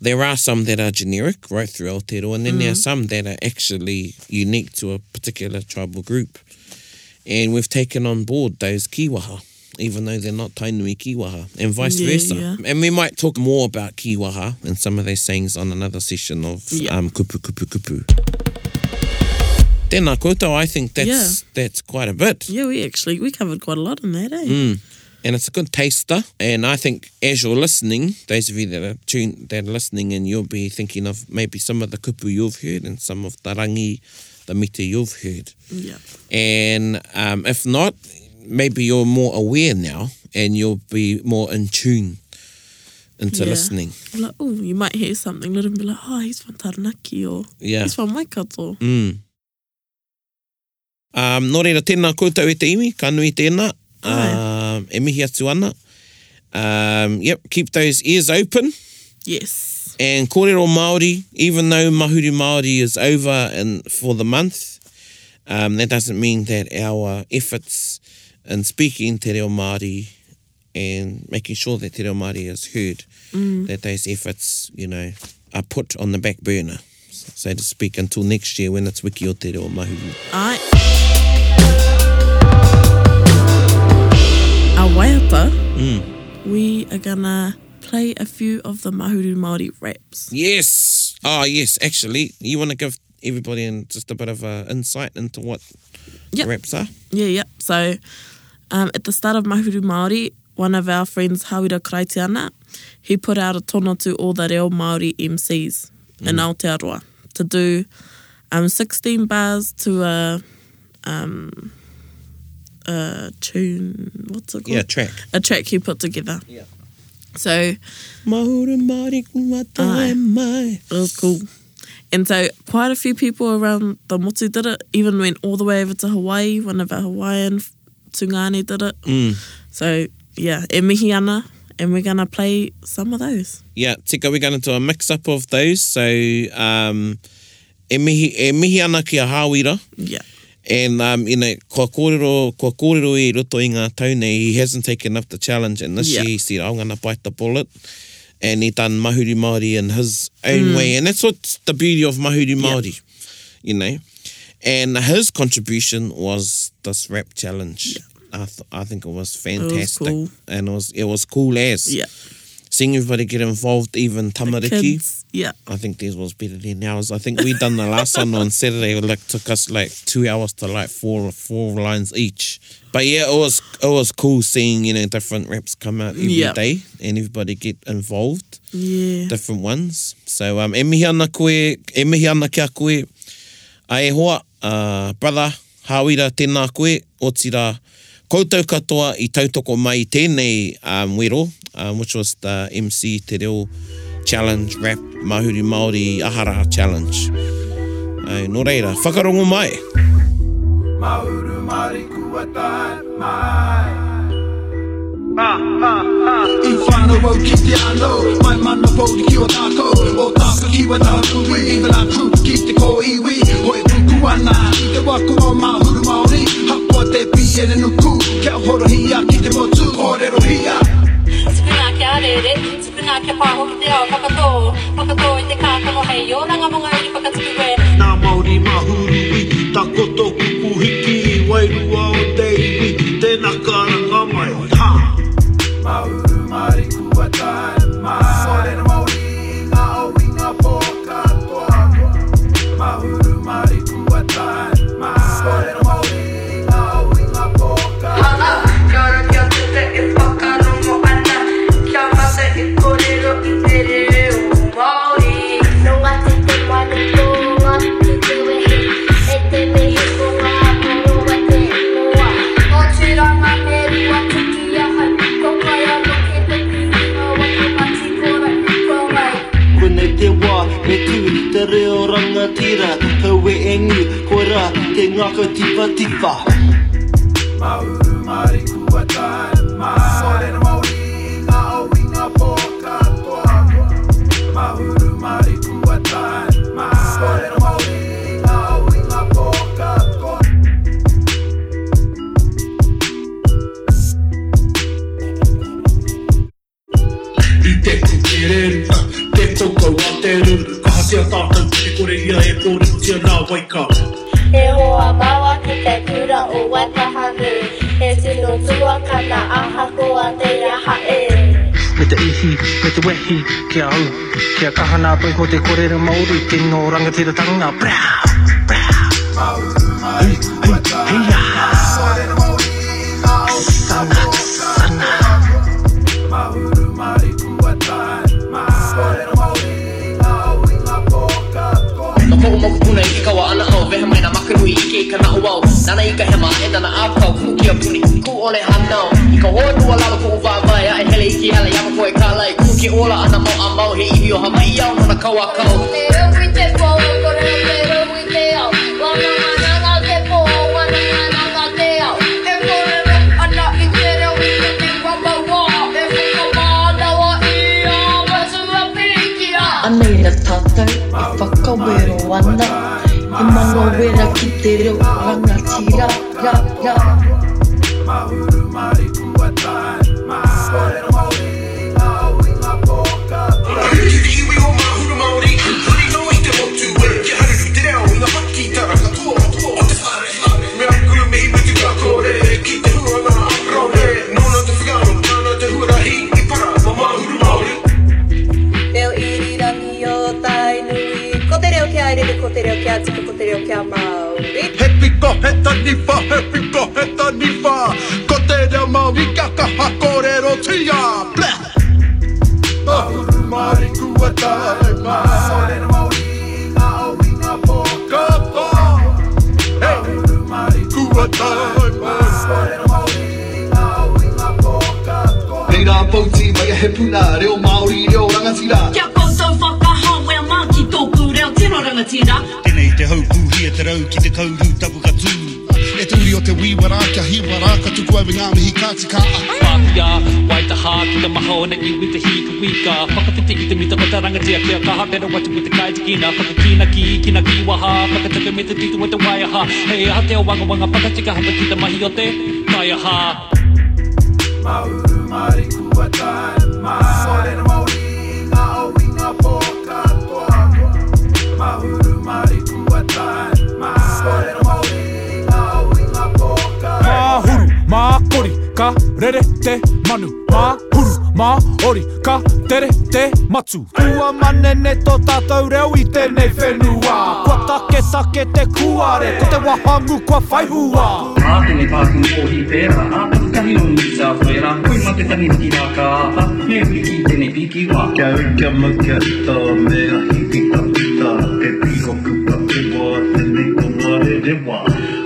C: there are some that are generic right through Aotearoa, and then
D: Mm-hmm.
C: there are some that are actually unique to a particular tribal group. And we've taken on board those kiwaha, even though they're not Tainui kiwaha, and vice
D: Yeah,
C: versa.
D: yeah.
C: And we might talk more about kiwaha and some of these sayings on another session of
D: Yeah.
C: um, kupu kupu kupu. Tēnā koutou, I think that's that's quite a bit.
D: Yeah, we actually we covered quite a lot in that, eh?
C: Mm. and it's a good taster. And I think as you're listening, those of you that are tuned, that are listening, and you'll be thinking of maybe some of the kupu you've heard and some of the rangi, the mita you've heard.
D: Yeah.
C: And um, if not, maybe you're more aware now, and you'll be more in tune into
D: Yeah.
C: listening.
D: Like, oh, you might hear something little and be like, oh, he's from Taranaki or
C: Yeah.
D: he's from Waikato.
C: Mm. Um, nō reira, tēnā koutou e te imi, ka nui tēnā,
D: Ai.
C: um, e mihi atu ana. Um, yep, keep those ears open.
D: Yes.
C: And kōrero Māori, even though Mahuru Māori is over in, for the month, um, that doesn't mean that our efforts in speaking te reo Māori and making sure that te reo Māori is heard, that those efforts, you know, are put on the back burner, so to speak, until next year when it's Wiki o te reo Mahuru.
D: Alright. Our waiata, we are gonna play a few of the Mahuru Māori raps.
C: Yes! Oh, yes, actually, you want to give everybody in just a bit of a insight into what
D: Yep.
C: raps are?
D: Yeah, yeah. So um, at the start of Mahuru Māori, one of our friends, Hawira Kraitiana, he put out a tono to all the reo Māori MCs in
C: Mm.
D: Aotearoa to do um, 16 bars to a, um, a tune, what's it called?
C: Yeah, track.
D: A track he put together.
C: Yeah.
D: So
C: Mahuru Māori, kua tae
D: Ai.
C: mai.
D: It was Oh, cool. And so quite a few people around the motu did it, even went all the way over to Hawaii, one of our Hawaiian f- tungane did it. So yeah, e mihi ana, and we're going to play some of those.
C: Yeah, Tika, we're going to do a mix up of those. So, um, e mihi, e mihi ana ki a Hawira.
D: Yeah.
C: And, um, you know, kua kōrero, kua kōrero e roto i ngā tau nei, he hasn't taken up the challenge. And this
D: Yeah.
C: year he said, I'm going to bite the bullet. And he done Mahuri Māori in his own
D: Mm.
C: way. And that's what's the beauty of Mahuri Māori, you know. And his contribution was this rap challenge. I, th- I think it was fantastic.
D: cool.
C: And it was, it was cool as.
D: Yeah.
C: seeing everybody get involved, even tamariki.
D: Kids. Yeah.
C: I think theirs was better than ours. I think we done the last one on Saturday. It like took us like two hours to like four four lines each. But yeah, it was it was cool seeing you know different raps come out every day
D: Yeah.
C: and everybody get involved,
D: Yeah.
C: different ones. So um, e mihi ana koe, e mihi ana kia koe. A e hoa, uh, brother, hawira tēnā koe, o tira koutou katoa i tautoko mai i tēnei um, wero, um, which was the MC Te Reo Challenge Rap Mahuri Māori Ahara Challenge. Uh, nō reira, whakarongo mai.
B: Mauru Māori kua tae mai
A: I whanau ki te anō Mai mana pōti ki o tākou O tāka ki wa tā nui I wala tū ki te kō iwi Hoi kuku ana I te wako o mahuru maori Hapua te piere nuku Kia horo hia ki te motu Kōrero hia
E: Tukuna kia arere, tukuna kia pāhoki te ao whakatō Whakatō i te kākano hei o ranga monga i whakatuki koe
F: Nā mauri mahuru i tā koto kupu hiki i wairua o te iwi Tēnā kāranga mai Ha!
B: Mauru Māori kua tae mai Kōrero Māori i ngā au i ngā pō katoa Mauru Māori kua tae mai Kōrero Māori i ngā au i ngā pō katoa
E: Thank
F: Koenei te wā, me tū, te reo rangatira Haue engi, koe rā, te ngākau tipa tipa
B: Mauru Māori kua tae mai Kōrero Māori i ngā au i ngā pō katoa Mauru Māori kua tae mai Kōrero Māori
F: i reru Te koukou a te ruru Ka hasia tātou te kore ia e kore tia nā waika
E: He hoa mawa ki te kura o watahanu He tino tua kana aha koa te raha e
G: Me te ihi, me te wehi, ke au Kia kahana pai ko te korere mauri Ke ngō rangatira Bra!
H: No moku moku puna i te kawa ana au Wehe mai nā makanui i ke i ka nahu au Nana i ka hema e tana ākau Kuki a puni, ku ole hanau I ka oatua lalo ko uwa vai Ai hele i ki hele i ko e kālai Kuki ola ana mo a mau He iwi o hama i au nona kawa kau
I: Ana i nā tātou e whakawero ana E mano wera ki te reo rangatira ra ra
J: Reo i rirangi o tai nui Ko te reo kia airere, ko te reo kia tipu, ko te reo kia mauri
B: He piko he taniwha, he piko he taniwha Ko te reo maui ka kaha kōrero tia Bleh! Mahuru Māori kua tae mai Sōrero mauri a aui ngā pō ka pō Mahuru Māori kua tae mai Sōrero mauri a aui ngā pō ka pō
F: Nei rā pauti mai a he puna Reo Māori, reo rangatira
K: Kia koutou whakahawea mā ki tōku reo tino rangatira
F: Tēnei te haupu hia te rau ki te kauru tapu ka tū E tūri o te wiwara kia hiwara Ka tuku ai ngā mihi kāti kā
K: Wāpia, wai taha ki te maha o nengi wi te hika wika Whakatiti i te mita o te rangatia kia kaha Pera watu i te kaitikina Whakakina ki ikina ki waha Whakataka me te titu o te waiaha Hei aha te o wanga wanga pakatika hapa ki te mahi o te Kaiaha
B: Mahuru Māori kua tae mai Sōrero mauri a aui ngā pō ka pō Mahuru Māori kua tae mai Sōrero mauri a aui ngā pō ka pō
A: Mahuru, mākori, ka rere te manu Mahuru, māori, ka tere te matū Kua manene tō tātou reo i tēnei whenua Kua take take te kuare, ko te wahangu kua whaihua
H: Ātene kāku ohi pērā Ātaku kahi o ni sa whera Koe ma te tangi ki rā ka apa Me wiki tēne piki wā
F: Kia kia makia tā mea hiki tā pita Te piko kupa te wā te nei o mare re wā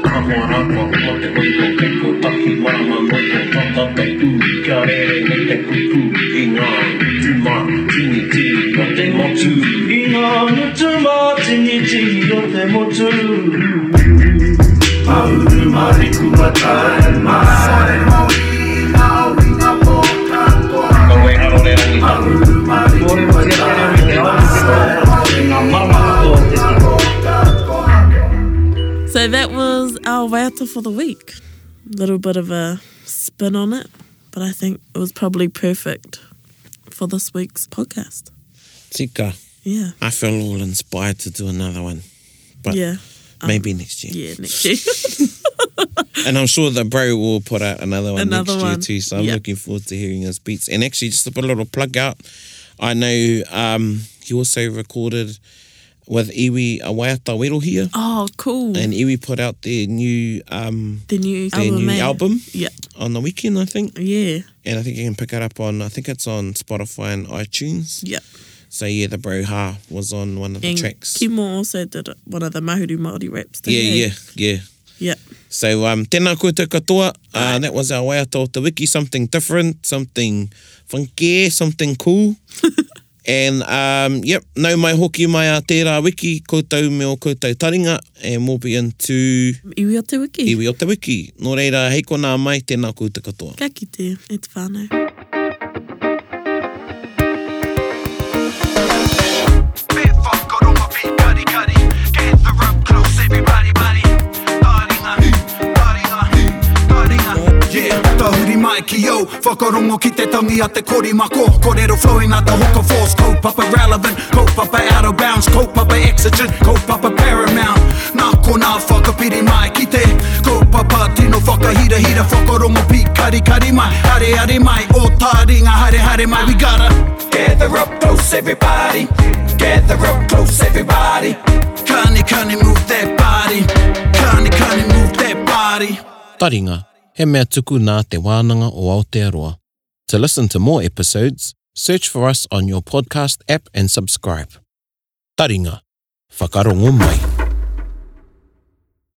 F: Ka mō rākwa kua te oi ko keiko Taki marama mo ko papa pei tūri Kia rere nei te kupu I ngā tu mā tini tini o te motu I ngā nutu mā tini tini o te motu
B: Mahuru Māori kua tae mai Sōrero mauri a aui ngā pō ka pō
F: Koe harore rangi
B: Mahuru Māori
F: Kore
B: kua
F: mo te
B: tae
F: rere te
B: mai
F: wā
B: Sōrero
F: Te
B: mauri
F: ngā
B: a
F: mama tō
B: aui
F: te
B: ngā
F: tiko
B: pō ka pō
D: So that was our waiata for the week. Little bit of a spin on it, but I think it was probably perfect for this week's podcast.
C: Tika,
D: Yeah.
C: I feel all inspired to do another one. But
D: yeah.
C: maybe next year.
D: Yeah, next year.
C: And I'm sure that Bro will put out another one
D: Another
C: next year
D: one.
C: too. So I'm
D: Yep.
C: looking forward to hearing his beats. And actually, just to put a little plug out, I know um, he also recorded with Iwi Awaiata Wero here.
D: oh, cool.
C: And Iwi put out their new um,
D: the new
C: their
D: album.
C: new
D: eh?
C: album
D: Yeah.
C: on the weekend, I think.
D: Yeah.
C: And I think you can pick it up on, I think it's on Spotify and iTunes.
D: Yeah.
C: So yeah, the Bro Ha was on one of the
D: And
C: tracks.
D: Kimo also did one of the Mahuru Māori raps. didn't
C: yeah,
D: he?
C: yeah, yeah.
D: Yeah.
C: So um, tēnā koutou katoa. Uh, that was our way out of the wiki. Something different, something funky, something cool. and um, yep, nau mai hoki mai a tērā wiki, koutou me o koutou taringa, and we'll be into
D: Iwi o te wiki.
C: iwi o te wiki. Nō reira, hei kona mai, tēnā koutou katoa.
D: Ka kite, e te whānau.
B: Bit fuck on my feet, cutty cutty. Gather up close, uh, everybody, buddy. Darling, darling, darling. uh, Yeah, tahuri mai mai ki yo Whakarongo ki te tangi a te kori mako Kōrero flowing a te hoka force Kaupapa relevant, kaupapa out of bounds Kaupapa exigent, kaupapa paramount Nā ko nā whakapiri mai ki te Kaupapa tino whakahira hira Whakarongo pi kari kari mai Hare hare mai, o tā ringa hare hare mai We gotta gather up close everybody Gather up close everybody Kani kani move that body Kani kani move that body
C: Taringa, he mea tuku nā te wānanga o Aotearoa. To listen to more episodes, search for us on your podcast app and subscribe. Taringa, whakarongo mai.